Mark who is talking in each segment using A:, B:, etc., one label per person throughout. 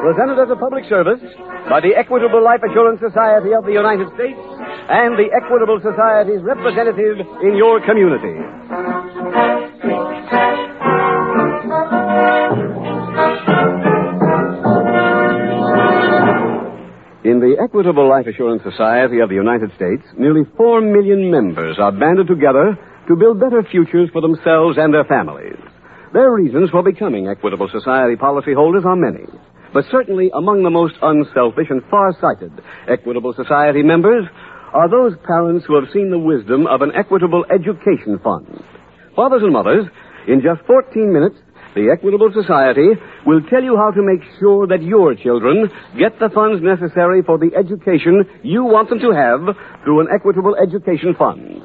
A: Presented as a public service by the Equitable Life Assurance Society of the United States and the Equitable Society's representative in your community. In the Equitable Life Assurance Society of the United States, nearly four million members are banded together to build better futures for themselves and their families. Their reasons for becoming Equitable Society policyholders are many, but certainly among the most unselfish and far-sighted Equitable Society members are those parents who have seen the wisdom of an Equitable Education Fund. Fathers and mothers, in just 14 minutes, the Equitable Society will tell you how to make sure that your children get the funds necessary for the education you want them to have through an Equitable Education Fund.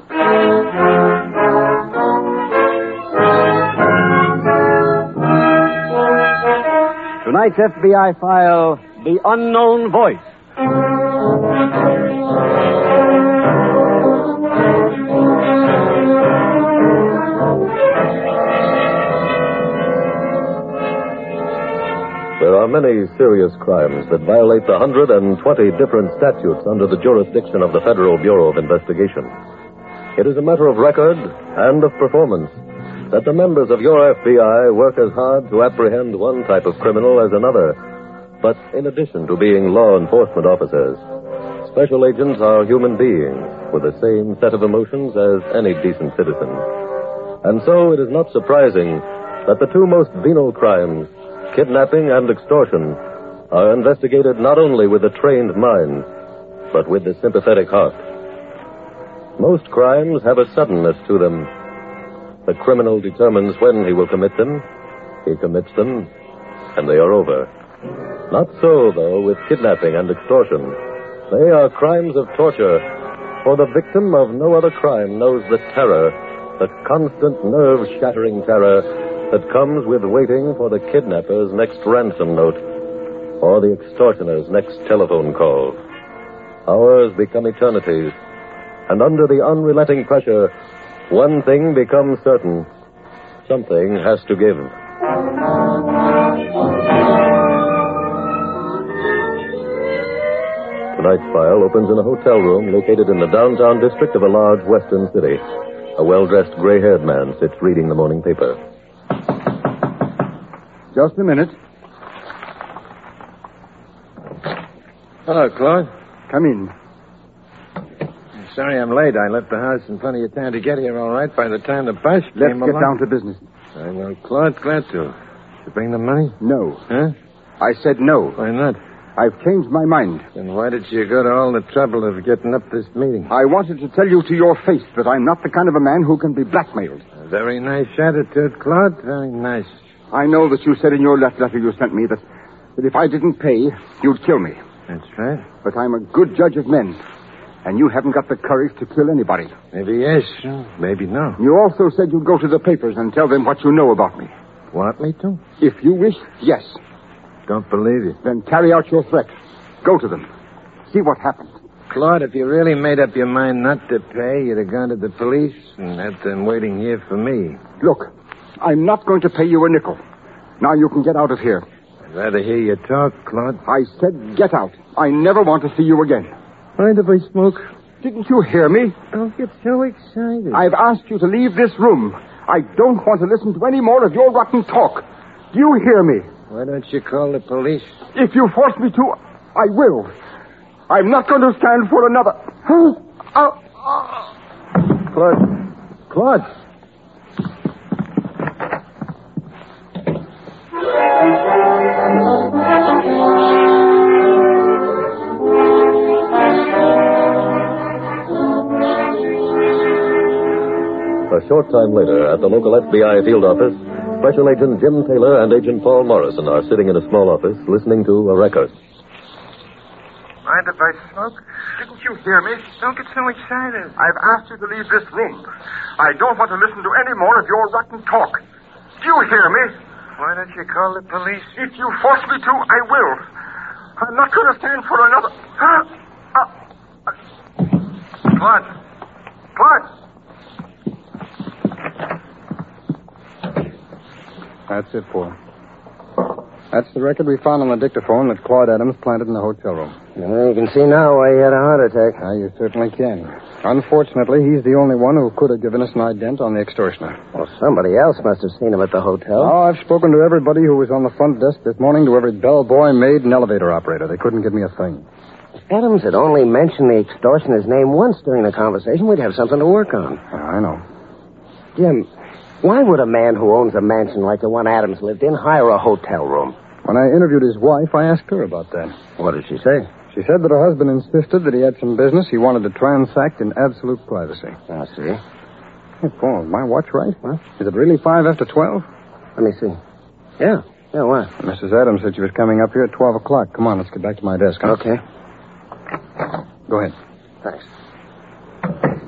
A: Tonight's FBI file The Unknown Voice.
B: There are many serious crimes that violate the 120 different statutes under the jurisdiction of the Federal Bureau of Investigation. It is a matter of record and of performance that the members of your FBI work as hard to apprehend one type of criminal as another. But in addition to being law enforcement officers, special agents are human beings with the same set of emotions as any decent citizen. And so it is not surprising that the two most venal crimes, kidnapping and extortion, are investigated not only with a trained mind, but with the sympathetic heart. Most crimes have a suddenness to them. The criminal determines when he will commit them, he commits them, and they are over. Not so, though, with kidnapping and extortion. They are crimes of torture, for the victim of no other crime knows the terror, the constant nerve shattering terror that comes with waiting for the kidnapper's next ransom note or the extortioner's next telephone call. Hours become eternities, and under the unrelenting pressure, one thing becomes certain something has to give. Tonight's file opens in a hotel room located in the downtown district of a large western city. A well dressed gray haired man sits reading the morning paper.
C: Just a minute.
D: Hello, Claude.
C: Come in.
D: Sorry I'm late. I left the house in plenty of time to get here, all right, by the time the bus
C: Let's
D: came
C: get
D: along.
C: down to business.
D: I know, Claude, glad to. You bring the money?
C: No.
D: Huh?
C: I said no.
D: Why not?
C: I've changed my mind.
D: Then why did you go to all the trouble of getting up this meeting?
C: I wanted to tell you to your face that I'm not the kind of a man who can be blackmailed.
D: A very nice attitude, Claude. Very nice.
C: I know that you said in your last letter you sent me that, that if I didn't pay, you'd kill me.
D: That's right.
C: But I'm a good judge of men, and you haven't got the courage to kill anybody.
D: Maybe yes, maybe no.
C: You also said you'd go to the papers and tell them what you know about me.
D: Want me to?
C: If you wish, yes.
D: Don't believe you.
C: Then carry out your threat. Go to them. See what happens.
D: Claude, if you really made up your mind not to pay, you'd have gone to the police and had them waiting here for me.
C: Look, I'm not going to pay you a nickel. Now you can get out of here.
D: I'd rather hear you talk, Claude.
C: I said get out. I never want to see you again.
D: Mind if I smoke?
C: Didn't you hear me?
D: Don't get so excited.
C: I've asked you to leave this room. I don't want to listen to any more of your rotten talk. Do you hear me?
D: Why don't you call the police?
C: If you force me to, I will. I'm not going to stand for another. Huh? Ow.
D: Claude. Claude.
B: A short time later, at the local FBI field office, Special Agent Jim Taylor and Agent Paul Morrison are sitting in a small office listening to a record.
D: My
E: mind if I smoke? Didn't you hear me?
D: Don't get so excited.
E: I've asked you to leave this room. I don't want to listen to any more of your rotten talk. Do you hear me?
D: Why don't you call the police?
E: If you force me to, I will. I'm not going to stand for another. Huh? Uh, uh, Clark. Clark.
F: That's it for him. That's the record we found on the dictaphone that Claude Adams planted in the hotel room.
D: Well, you can see now why he had a heart attack.
F: Now, you certainly can. Unfortunately, he's the only one who could have given us an ident on the extortioner.
D: Well, somebody else must have seen him at the hotel.
F: Oh, I've spoken to everybody who was on the front desk this morning, to every bellboy, maid, and elevator operator. They couldn't give me a thing.
D: Adams had only mentioned the extortioner's name once during the conversation. We'd have something to work on.
F: Ah, I know.
D: Jim, why would a man who owns a mansion like the one Adams lived in hire a hotel room?
F: When I interviewed his wife, I asked her about that.
D: What did she say?
F: She said that her husband insisted that he had some business he wanted to transact in absolute privacy.
D: I see.
F: Hey, Paul, is my watch right?
D: What?
F: Is it really five after twelve?
D: Let me see. Yeah. Yeah, what?
F: Mrs. Adams said she was coming up here at twelve o'clock. Come on, let's get back to my desk. huh?
D: Okay.
F: Go ahead.
D: Thanks.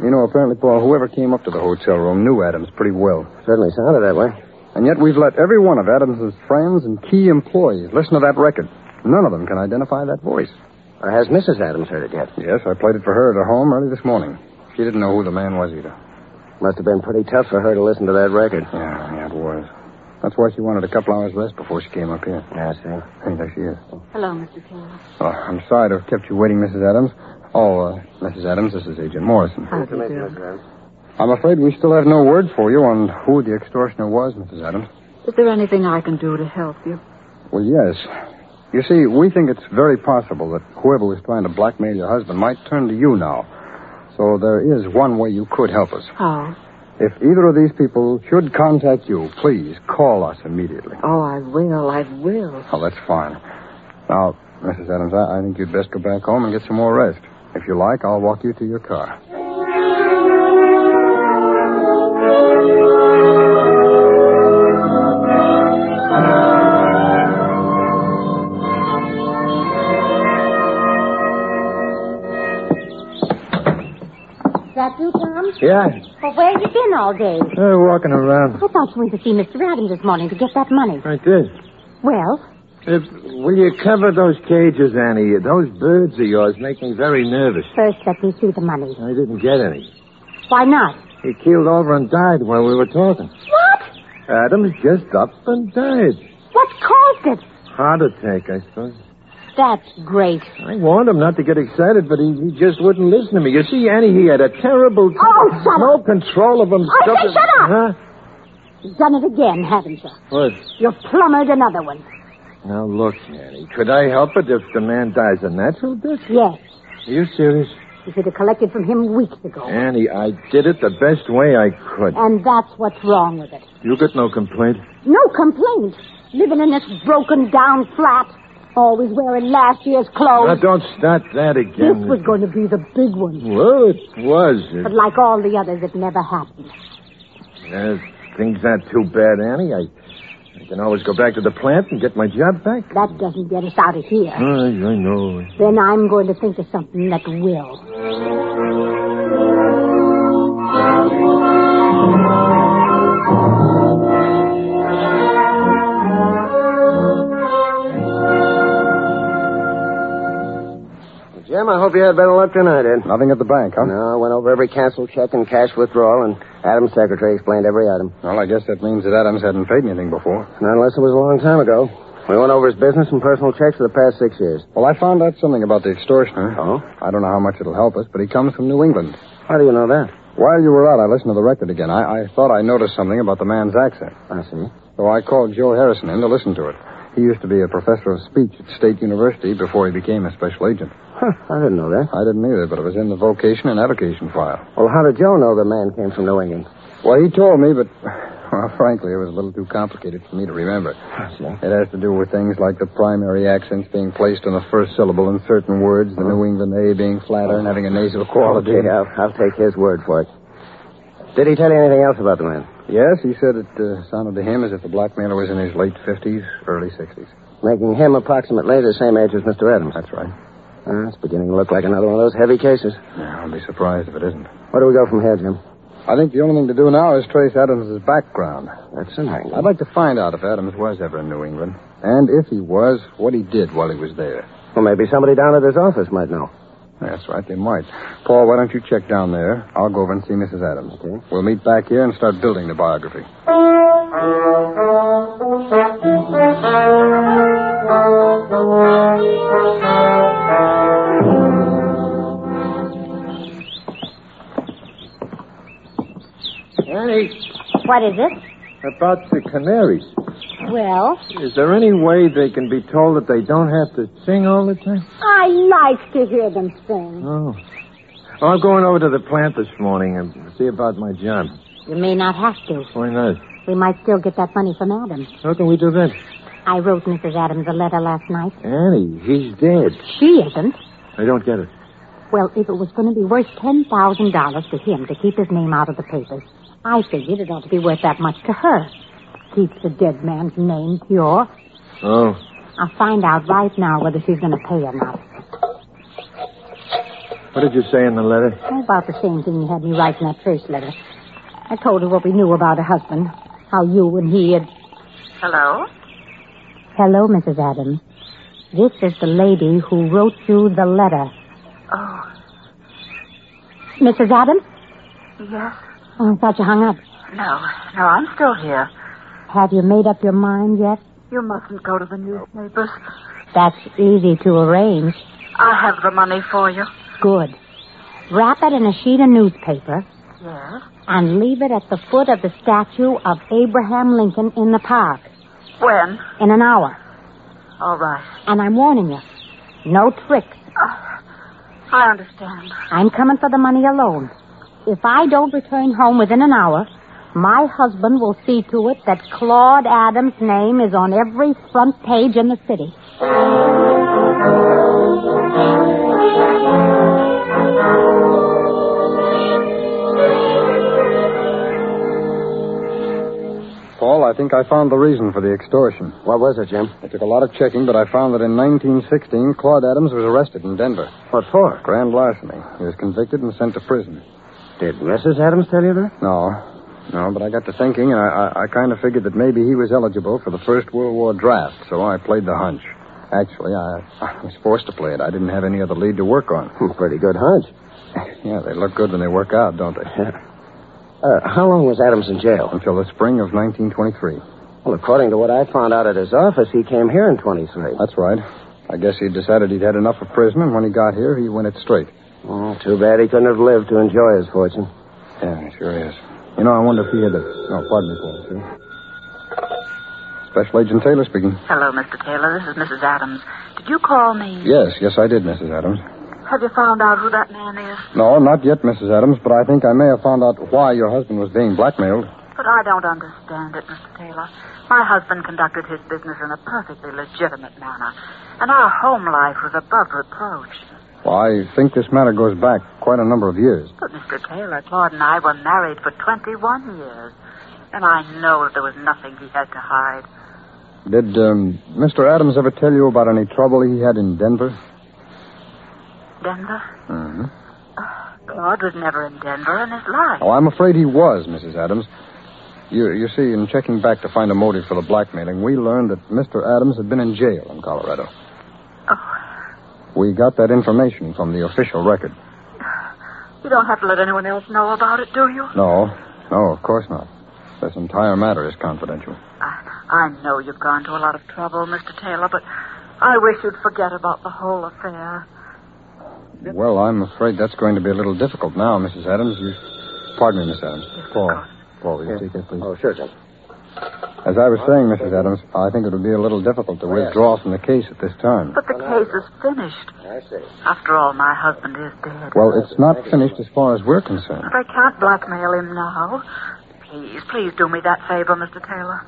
F: You know, apparently, Paul, whoever came up to the hotel room knew Adams pretty well.
D: Certainly sounded that way.
F: And yet we've let every one of Adams's friends and key employees listen to that record. None of them can identify that voice.
D: Or has Mrs. Adams heard it yet?
F: Yes, I played it for her at her home early this morning. She didn't know who the man was either.
D: Must have been pretty tough for her to listen to that record.
F: Yeah, yeah, it was. That's why she wanted a couple hours rest before she came up here.
D: I see.
F: Hey, there she is.
G: Hello, Mr. King.
F: Oh, I'm sorry to have kept you waiting, Mrs. Adams. Oh, uh, Mrs. Adams, this is Agent Morrison.
G: How do you do?
F: I'm afraid we still have no word for you on who the extortioner was, Mrs. Adams.
G: Is there anything I can do to help you?
F: Well, yes. You see, we think it's very possible that whoever was trying to blackmail your husband might turn to you now. So there is one way you could help us.
G: How?
F: If either of these people should contact you, please call us immediately.
G: Oh, I will. I will.
F: Oh, that's fine. Now, Mrs. Adams, I, I think you'd best go back home and get some more rest. If you like, I'll walk you to your car.
H: That you, Tom?
D: Yeah.
H: Well, where you been all day?
D: They're walking around.
H: I thought you went to see Mr. Adams this morning to get that money.
D: I did.
H: Well,
D: If, will you cover those cages, Annie? Those birds of yours make me very nervous.
H: first let me see the money.
D: I didn't get any.
H: Why not?
D: He keeled over and died while we were talking.
H: What?
D: Adams just up and died.
H: What caused it?
D: Heart attack, I suppose.
H: That's great.
D: I warned him not to get excited, but he, he just wouldn't listen to me. You see, Annie, he had a terrible.
H: Oh, shut
D: no control of himself.
H: I said shut up!
D: Huh?
H: You've done it again, haven't you?
D: What?
H: You've plumbered another one.
D: Now, look, Annie, could I help it if the man dies a natural death?
H: Yes.
D: Are you serious?
H: You should have collected from him weeks ago.
D: Annie, I did it the best way I could.
H: And that's what's wrong with it.
D: You got no complaint?
H: No complaint. Living in this broken down flat. Always wearing last year's
D: Now,
H: clothes.
D: don't start that
H: this
D: again.
H: was going to be the big one.
D: Well, it was. It-
H: But like all the others, it never happened.
D: Uh, things aren't too bad, Annie. I, I can always go back to the plant and get my job back.
H: That doesn't get us out of here.
D: I, I know.
H: Then I'm going to think of something that will.
D: Jim, I hope you had better luck tonight, Ed.
F: Nothing at the bank, huh?
D: No, I went over every canceled check and cash withdrawal, and Adam's secretary explained every item.
F: Well, I guess that means that Adams hadn't paid anything before.
D: Not unless it was a long time ago. We went over his business and personal checks for the past six years.
F: Well, I found out something about the extortioner.
D: Oh?
F: I don't know how much it'll help us, but he comes from New England.
D: How do you know that?
F: While you were out, I listened to the record again. I, I thought I noticed something about the man's accent,
D: I see.
F: so I called Joe Harrison in to listen to it. He used to be a professor of speech at State University before he became a special agent.
D: Huh, I didn't know that.
F: I didn't either, but it was in the vocation and avocation file.
D: Well, how did Joe know the man came from New England?
F: Well, he told me, but, well, frankly, it was a little too complicated for me to remember.
D: I see.
F: It has to do with things like the primary accents being placed on the first syllable in certain words, the New England A being flatter and having a nasal quality.
D: Okay, I'll, I'll take his word for it. Did he tell you anything else about the man?
F: Yes, he said it uh, sounded to him as if the blackmailer was in his late 50s, early 60s.
D: Making him approximately the same age as Mr. Adams.
F: That's right.
D: Ah, it's beginning to look like another one of those heavy cases.
F: Yeah, I'll be surprised if it isn't.
D: Where do we go from here, Jim?
F: I think the only thing to do now is trace Adams's background.
D: That's an angle.
F: I'd like to find out if Adams was ever in New England, and if he was, what he did while he was there.
D: Well, maybe somebody down at his office might know.
F: That's right, they might. Paul, why don't you check down there? I'll go over and see Mrs. Adams. Okay. We'll meet back here and start building the biography.
D: Annie,
H: What is it?
D: about the canaries.
H: Well,
D: Is there any way they can be told that they don't have to sing all the time?
H: I like to hear them sing.
D: Oh. Well, I'm going over to the plant this morning and see about my job.
H: You may not have to.
D: Why not?
H: We might still get that money from Adams.
D: How can we do that?
H: I wrote Mrs. Adams a letter last night.
D: Annie, he's dead.
H: She isn't.
D: I don't get it.
H: Well, if it was going to be worth ten thousand dollars to him to keep his name out of the papers, I figured it ought to be worth that much to her. Keep the dead man's name pure.
D: Oh.
H: I'll find out right now whether she's going to pay or not.
D: What did you say in the letter?
H: About the same thing you had me write in that first letter. I told her what we knew about her husband, how you and he had.
I: Hello?
H: Hello, Mrs. Adams. This is the lady who wrote you the letter.
I: Oh,
H: Mrs. Adams?
I: yes.
H: Oh, I thought you hung up.
I: No, no, I'm still here.
H: Have you made up your mind yet?
I: You mustn't go to the newspapers.
H: That's easy to arrange.
I: I have the money for you.
H: Good. Wrap it in a sheet of newspaper
I: Yes?
H: and leave it at the foot of the statue of Abraham Lincoln in the park
I: When?
H: in an hour.
I: All right.
H: And I'm warning you, no tricks.
I: Oh, I understand.
H: I'm coming for the money alone. If I don't return home within an hour, my husband will see to it that Claude Adams' name is on every front page in the city.
F: Paul, I think I found the reason for the extortion.
D: What was it, Jim?
F: It took a lot of checking, but I found that in 1916, Claude Adams was arrested in Denver.
D: What for?
F: Grand larceny. He was convicted and sent to prison.
D: Did Mrs. Adams tell you that?
F: No, no, but I got to thinking, and I, I, I kind of figured that maybe he was eligible for the First World War draft, so I played the hunch. Actually, I, I was forced to play it. I didn't have any other lead to work on.
D: Hmm, Pretty good hunch.
F: Yeah, they look good when they work out, don't they?
D: Uh, how long was Adams in jail?
F: Until the spring of 1923.
D: Well, according to what I found out at his office, he came here in 23.
F: That's right. I guess he decided he'd had enough of prison, and when he got here, he went it straight.
D: Oh, too bad he couldn't have lived to enjoy his fortune.
F: Yeah, it sure is. You know, I wonder if he had a... Oh, pardon me, Paul, sir. Special Agent Taylor speaking.
I: Hello, Mr. Taylor. This is Mrs. Adams. Did you call me?
F: Yes, yes, I did, Mrs. Adams.
I: Have you found out who that man is?
F: No, not yet, Mrs. Adams, but I think I may have found out why your husband was being blackmailed.
I: But I don't understand it, Mr. Taylor. My husband conducted his business in a perfectly legitimate manner, and our home life was above reproach.
F: Well, I think this matter goes back quite a number of years.
I: But, Mr. Taylor, Claude and I were married for 21 years, and I know that there was nothing he had to hide.
F: Did um, Mr. Adams ever tell you about any trouble he had in Denver?
I: Denver?
F: Mm-hmm.
I: Claude was never in Denver in his life.
F: Oh, I'm afraid he was, Mrs. Adams. You, you see, in checking back to find a motive for the blackmailing, we learned that Mr. Adams had been in jail in Colorado. We got that information from the official record.
I: You don't have to let anyone else know about it, do you?
F: No, no, of course not. This entire matter is confidential.
I: I, I know you've gone to a lot of trouble, Mr. Taylor, but I wish you'd forget about the whole affair.
F: Well, I'm afraid that's going to be a little difficult now, Mrs. Adams. You... Pardon me, Miss Adams. Paul. Paul, will you take that, please?
D: Oh, sure, Jim.
F: As I was saying, Mrs. Adams, I think it would be a little difficult to withdraw from the case at this time.
I: But the case is finished.
D: I see.
I: After all, my husband is dead.
F: Well, it's not finished as far as we're concerned.
I: But I can't blackmail him now. Please, please do me that favor, Mr. Taylor.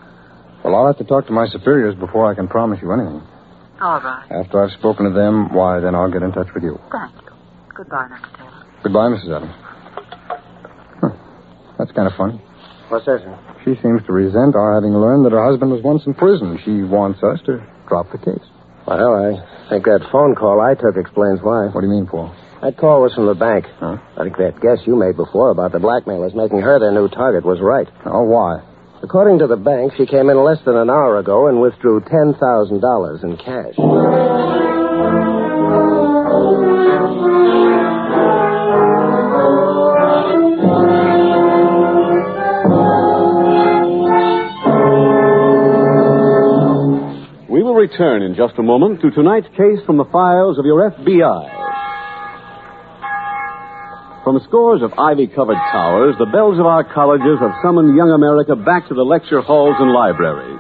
F: Well, I'll have to talk to my superiors before I can promise you anything.
I: All right.
F: After I've spoken to them, why, then I'll get in touch with you.
I: Thank you. Goodbye, Mr. Taylor.
F: Goodbye, Mrs. Adams. Huh. That's kind of funny.
D: What's that, Jim?
F: She seems to resent our having learned that her husband was once in prison. She wants us to drop the case.
D: Well, I think that phone call I took explains why. What
F: do you mean, Paul?
D: That call was from the bank.
F: Huh?
D: I think that guess you made before about the blackmailers making her their new target was right.
F: Oh, why?
D: According to the bank, she came in less than an hour ago and withdrew $10,000 in cash.
A: We will return in just a moment to tonight's case from the files of your FBI. From scores of ivy covered towers, the bells of our colleges have summoned young America back to the lecture halls and libraries.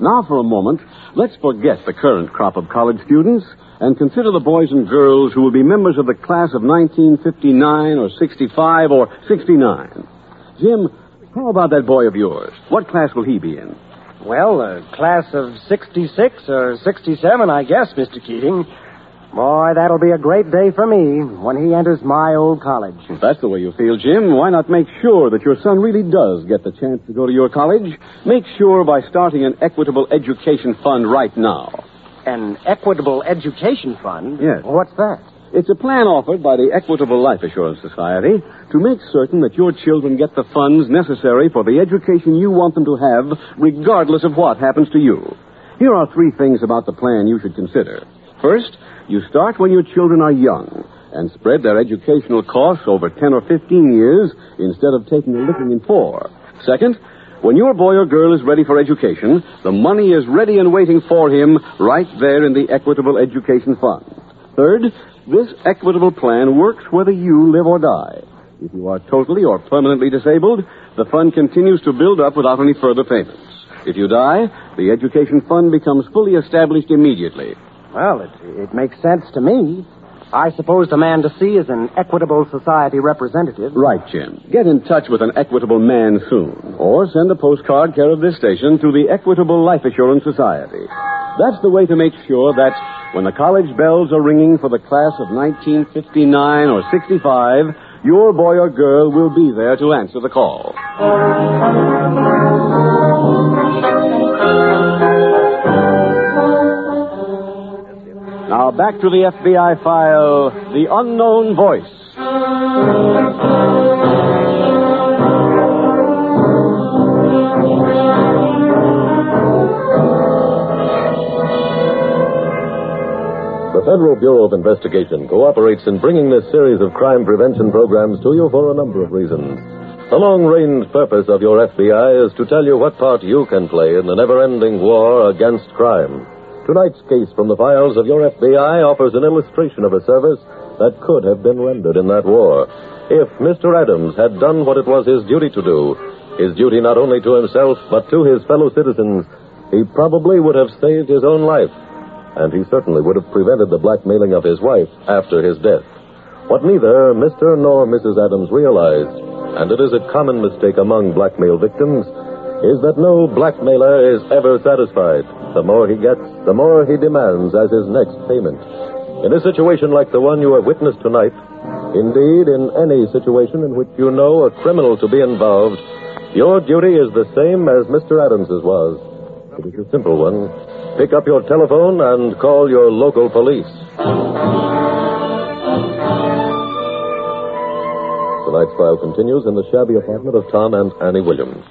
A: Now, for a moment, let's forget the current crop of college students and consider the boys and girls who will be members of the class of 1959 or 65 or 69. Jim, how about that boy of yours? What class will he be in?
J: Well, uh, class of 66 or 67, I guess, Mr. Keating. Boy, that'll be a great day for me when he enters my old college.
A: If that's the way you feel, Jim, why not make sure that your son really does get the chance to go to your college? Make sure by starting an equitable education fund right now.
J: An equitable education fund?
A: Yes.
J: What's that?
A: It's a plan offered by the Equitable Life Assurance Society to make certain that your children get the funds necessary for the education you want them to have, regardless of what happens to you. Here are three things about the plan you should consider. First, you start when your children are young and spread their educational costs over 10 or 15 years instead of taking a licking in four. Second, when your boy or girl is ready for education, the money is ready and waiting for him right there in the Equitable Education Fund. Third, this equitable plan works whether you live or die. If you are totally or permanently disabled, the fund continues to build up without any further payments. If you die, the education fund becomes fully established immediately.
J: Well, it, it makes sense to me. I suppose the man to see is an equitable society representative.
A: Right, Jim. Get in touch with an equitable man soon, or send a postcard care of this station to the Equitable Life Assurance Society. That's the way to make sure that when the college bells are ringing for the class of 1959 or 65, your boy or girl will be there to answer the call. Now back to the FBI file The Unknown Voice.
B: The Federal Bureau of Investigation cooperates in bringing this series of crime prevention programs to you for a number of reasons. The long range purpose of your FBI is to tell you what part you can play in the never ending war against crime. Tonight's case from the files of your FBI offers an illustration of a service that could have been rendered in that war if Mr. Adams had done what it was his duty to do, his duty not only to himself but to his fellow citizens. He probably would have saved his own life and he certainly would have prevented the blackmailing of his wife after his death. What neither Mr. nor Mrs. Adams realized, and it is a common mistake among blackmail victims, is that no blackmailer is ever satisfied. The more he gets, the more he demands as his next payment. In a situation like the one you have witnessed tonight, indeed, in any situation in which you know a criminal to be involved, your duty is the same as Mr. Adams's was. It is a simple one, Pick up your telephone and call your local police. Tonight's file continues in the shabby apartment of Tom and Annie Williams.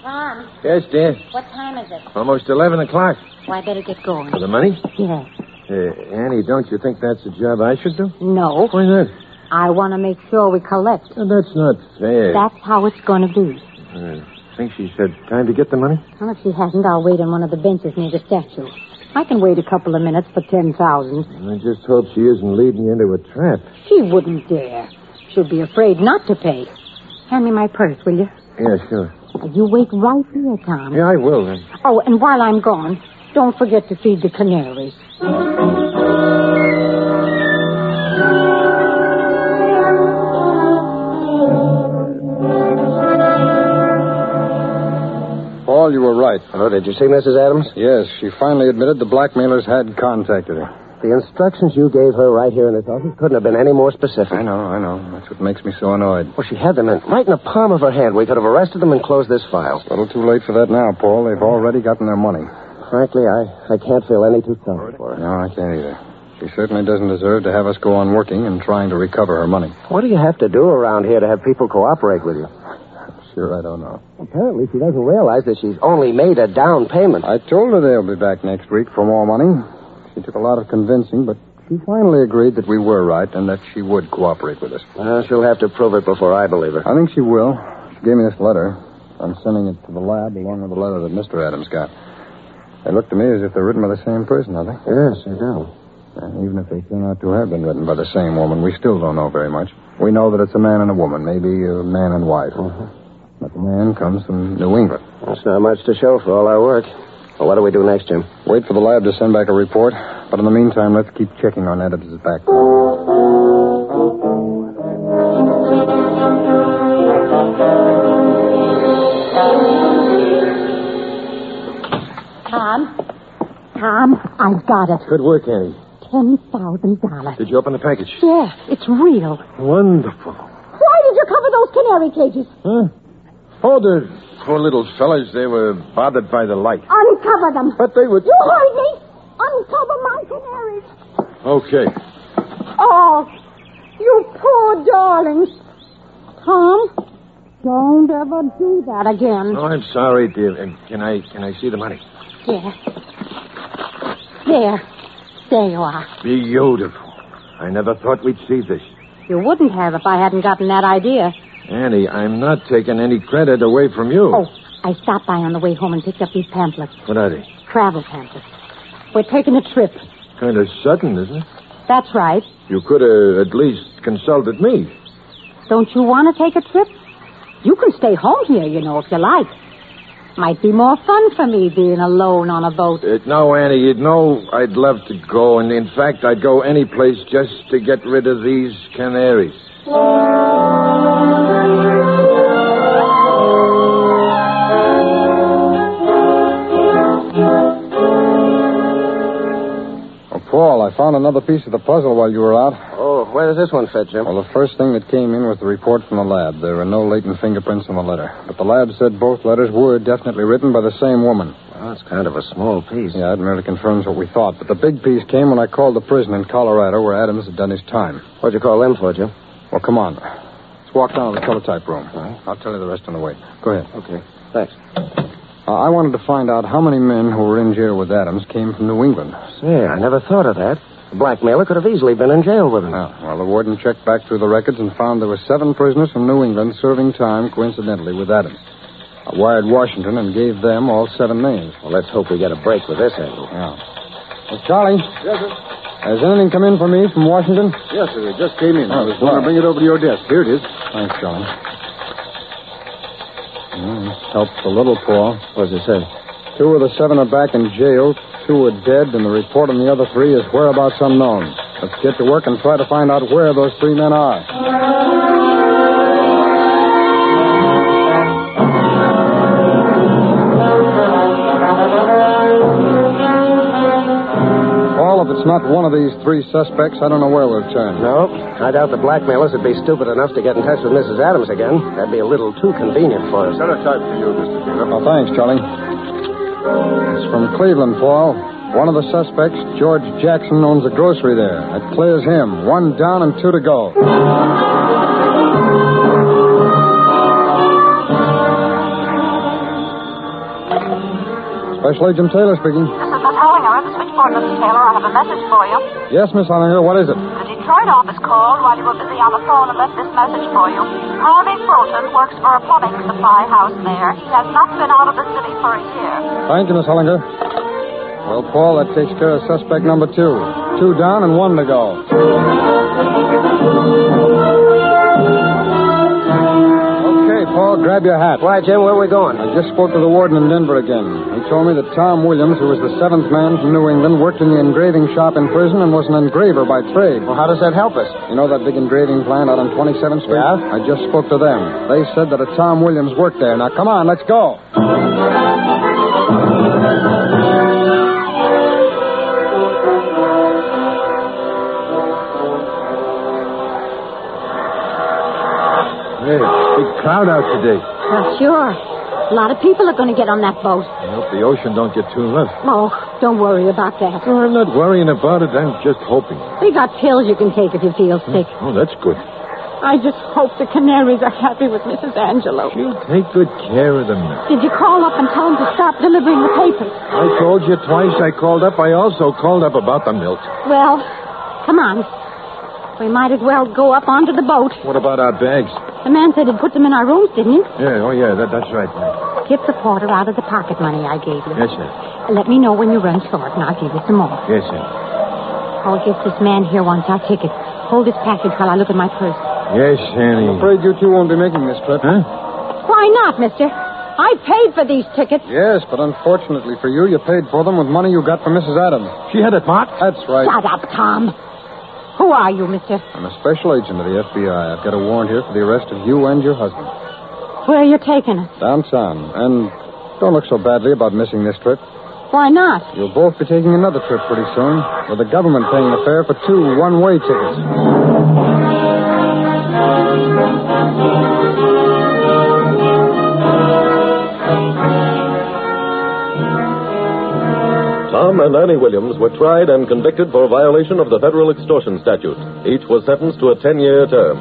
H: Tom,
D: Yes, dear.
H: what time is it?
D: Almost 11 o'clock.
H: Well, I better get going.
D: For the money?
H: Yes.
D: Uh, Annie, don't you think that's a job I should do?
H: No.
D: Oh, Why not?
H: I want to make sure we collect.
D: That's not fair.
H: That's how it's going to be.
D: Uh, I think she said, time to get the money?
H: Well, if she hasn't, I'll wait on one of the benches near the statue. I can wait a couple of minutes for 10000
D: I just hope she isn't leading you into a trap.
H: She wouldn't dare. She'll be afraid not to pay. Hand me my purse, will you?
D: Yeah, sure.
H: You wait right here, Tom.
D: Yeah, I will then.
H: Oh, and while I'm gone, don't forget to feed the canaries.
F: Paul, you were right.
D: Oh, did you see Mrs. Adams?
F: Yes, she finally admitted the blackmailers had contacted her.
D: The instructions you gave her right here in this office couldn't have been any more specific.
F: I know, I know. That's what makes me so annoyed.
D: Well, she had them in right in the palm of her hand. We could have arrested them and closed this file.
F: A little too late for that now, Paul. They've already gotten their money.
K: Frankly, I, I can't feel any too sorry for her.
F: No, I can't either. She certainly doesn't deserve to have us go on working and trying to recover her money.
K: What do you have to do around here to have people cooperate with you?
F: Sure, I don't know.
K: Apparently, she doesn't realize that she's only made a down payment.
F: I told her they'll be back next week for more money. She took a lot of convincing, but she finally agreed that we were right and that she would cooperate with us.
K: Uh, she'll have to prove it before I believe her.
F: I think she will. She gave me this letter. I'm sending it to the lab along with the letter that Mr. Adams got. They look to me as if they're written by the same person, are they?
K: Yes, they do.
F: And even if they turn out to have been written by the same woman, we still don't know very much. We know that it's a man and a woman, maybe a man and wife. But the man comes from New England.
K: Mm-hmm. That's not much to show for all our work. Well, what do we do next, Jim?
F: Wait for the lab to send back a report. But in the meantime, let's keep checking on Adams' background.
H: Tom? Tom, I've got it.
D: Good work, Annie.
H: $10,000.
D: Did you open the package?
H: Yeah, it's real.
D: Wonderful.
H: Why did you cover those canary cages?
D: Huh? Oh, the poor little fellas, they were bothered by the light.
H: Uncover them.
D: But they were.
H: You heard me. Uncover my canaries.
D: Okay.
H: Oh, you poor darlings. Tom, don't ever do that again.
D: Oh, I'm sorry, dear. And can I can I see the money?
H: Yes. There. There you are.
D: Beautiful. I never thought we'd see this.
H: You wouldn't have if I hadn't gotten that idea.
D: Annie, I'm not taking any credit away from you.
H: Oh, I stopped by on the way home and picked up these pamphlets,
D: What are they?
H: travel pamphlets. We're taking a trip.
D: Kind of sudden, isn't it?
H: That's right.
D: You could have at least consulted me.
H: Don't you want to take a trip? You can stay home here, you know, if you like. Might be more fun for me being alone on a boat.
D: Uh, no, Annie, you'd know I'd love to go, and in fact, I'd go any place just to get rid of these canaries.
F: Oh, Paul, I found another piece of the puzzle while you were out.
K: Oh, where does this one fit, Jim?
F: Well, the first thing that came in was the report from the lab. There were no latent fingerprints on the letter. But the lab said both letters were definitely written by the same woman.
K: Well, it's kind of a small piece.
F: Yeah, it merely confirms what we thought. But the big piece came when I called the prison in Colorado where Adams had done his time.
K: What'd you call them for, Jim?
F: Well, come on. Let's walk down to the teletype room. I'll tell you the rest on the way. Go ahead.
K: Okay. Thanks.
F: Uh, I wanted to find out how many men who were in jail with Adams came from New England.
K: Say, I never thought of that. The blackmailer could have easily been in jail with him.
F: Yeah, Ah, well, the warden checked back through the records and found there were seven prisoners from New England serving time coincidentally with Adams. I wired Washington and gave them all seven names.
K: Well, let's hope we get a break with this angle.
F: Yeah. Well, Uh, Charlie,
D: Yes, sir.
F: has anything come in for me from Washington?
D: Yes, sir. It just came in.
F: I was going to bring
D: it over to your desk. Here it is.
F: Thanks, Charlie. Mm, helps a little, Paul.
K: What does it say?
F: Two of the seven are back in jail, two are dead, and the report on the other three is whereabouts unknown. Let's get to work and try to find out where those three men are. Paul, if it's not one of these three suspects, I don't know where we'll turn.
K: No, I doubt the blackmailers would be stupid enough to get in touch with Mrs. Adams again. That'd be a little too convenient for us.
D: Teletype for you, Mr. Taylor.
F: Well, Oh, thanks, Charlie. It's from Cleveland, Paul. One of the suspects, George Jackson, owns a grocery there. That clears him. One down and two to go. Special Agent Taylor speaking.
L: This is Miss Hollinger at the switchboard, Mrs. Taylor. I have a message for you.
F: Yes, Miss Hollinger, what is it?
L: The Detroit office called while you were busy on the phone and left this message for you. Harvey Fulton works for a plumbing supply house there. He has not been out of the city for a year.
F: Thank you, Miss Hollinger. Well, Paul, that takes care of suspect number two. Two down and one to go. Okay, Paul, grab your hat.
K: Why, Jim, where are we going?
F: I just spoke to the warden in Denver again. He told me that Tom Williams, who was the seventh man from New England, worked in the engraving shop in prison and was an engraver by trade.
K: Well, how does that help us?
F: You know that big engraving plant out on 27th Street?
K: Yeah?
F: I just spoke to them. They said that a Tom Williams worked there. Now, come on, let's go.
D: Hey, big crowd out today.
H: Now, Oh, sure. A lot of people are going to get on that boat.
D: I hope the ocean don't get too rough.
H: Oh, don't worry about that.
D: No, I'm not worrying about it. I'm just hoping.
H: We got pills you can take if you feel sick.
D: Oh, that's good.
M: I just hope the canaries are happy with Mrs. Angelo.
D: Take good care of them.
H: Did you call up and tell him to stop delivering the papers?
D: I told you twice I called up. I also called up about the milk.
H: Well, come on. We might as well go up onto the boat.
D: What about our bags?
H: The man said he'd put them in our rooms, didn't he?
D: Yeah, oh, yeah, that, that's right.
H: Get the quarter out of the pocket money I gave you.
D: Yes, sir.
H: Let me know when you run short, and I'll give you some more.
D: Yes, sir.
H: Oh, I guess this man here wants our ticket. Hold this package while I look in my purse.
D: Yes, Annie. I'm afraid you two won't be making this trip. Huh?
H: Why not, mister? I paid for these tickets.
F: Yes, but unfortunately for you, you paid for them with money you got from Mrs. Adams.
D: She had it marked?
F: That's right.
H: Shut up, Tom. Who are you, mister?
F: I'm a special agent of the FBI. I've got a warrant here for the arrest of you and your husband.
H: Where are you taking us?
F: Downtown. And don't look so badly about missing this trip.
H: Why not?
F: You'll both be taking another trip pretty soon, with the government paying the fare for two one-way tickets.
B: Tom and Annie Williams were tried and convicted for violation of the federal extortion statute. Each was sentenced to a 10 year term.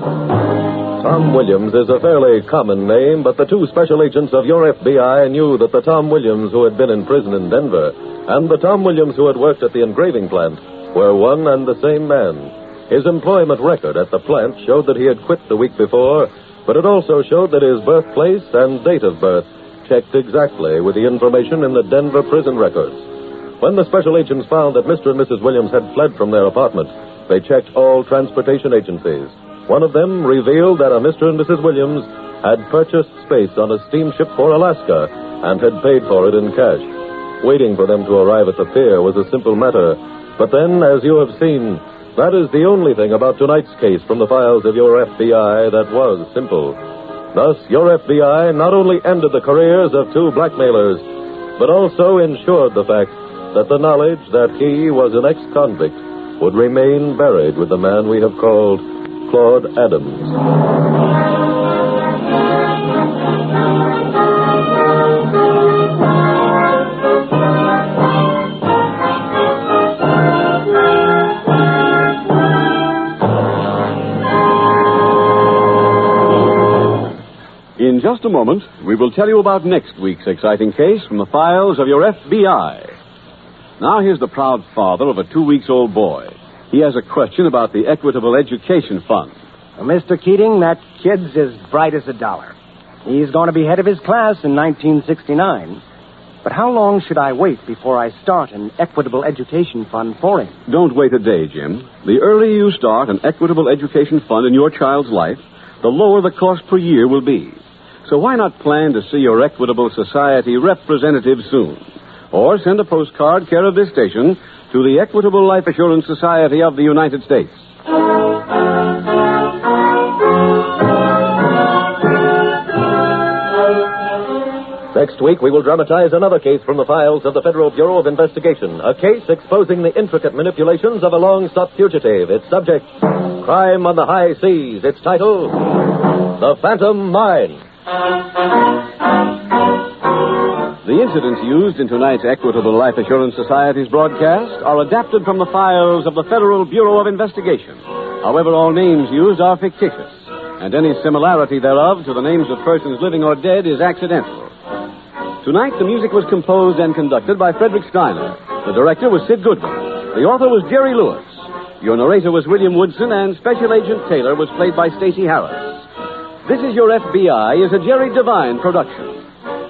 B: Tom Williams is a fairly common name, but the two special agents of your FBI knew that the Tom Williams who had been in prison in Denver and the Tom Williams who had worked at the engraving plant were one and the same man. His employment record at the plant showed that he had quit the week before, but it also showed that his birthplace and date of birth checked exactly with the information in the Denver prison records. When the special agents found that Mr. and Mrs. Williams had fled from their apartment, they checked all transportation agencies. One of them revealed that a Mr. and Mrs. Williams had purchased space on a steamship for Alaska and had paid for it in cash. Waiting for them to arrive at the pier was a simple matter. But then, as you have seen, that is the only thing about tonight's case from the files of your FBI that was simple. Thus, your FBI not only ended the careers of two blackmailers, but also ensured the fact that the knowledge that he was an ex convict would remain buried with the man we have called Claude Adams.
A: In just a moment, we will tell you about next week's exciting case from the files of your FBI. Now, here's the proud father of a two weeks old boy. He has a question about the Equitable Education Fund.
J: Uh, Mr. Keating, that kid's as bright as a dollar. He's going to be head of his class in 1969. But how long should I wait before I start an equitable education fund for him?
A: Don't wait a day, Jim. The earlier you start an equitable education fund in your child's life, the lower the cost per year will be. So why not plan to see your Equitable Society representative soon? Or send a postcard care of this station to the Equitable Life Assurance Society of the United States.
B: Next week, we will dramatize another case from the files of the Federal Bureau of Investigation, a case exposing the intricate manipulations of a long sought fugitive. Its subject, Crime on the High Seas. Its title, The Phantom Mine.
A: The incidents used in tonight's Equitable Life Assurance Society's broadcast are adapted from the files of the Federal Bureau of Investigation. However, all names used are fictitious, and any similarity thereof to the names of persons living or dead is accidental. Tonight, the music was composed and conducted by Frederick Steiner. The director was Sid Goodwin. The author was Jerry Lewis. Your narrator was William Woodson, and Special Agent Taylor was played by Stacey Harris. This is Your FBI is a Jerry Devine production.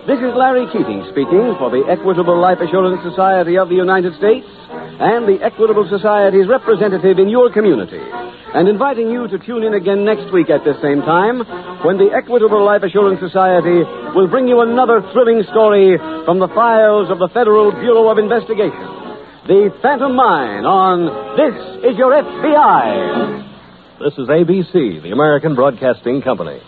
A: This is Larry Keating speaking for the Equitable Life Assurance Society of the United States and the Equitable Society's representative in your community, and inviting you to tune in again next week at this same time when the Equitable Life Assurance Society will bring you another thrilling story from the files of the Federal Bureau of Investigation. The Phantom Mine on This Is Your FBI.
B: This is ABC, the American Broadcasting Company.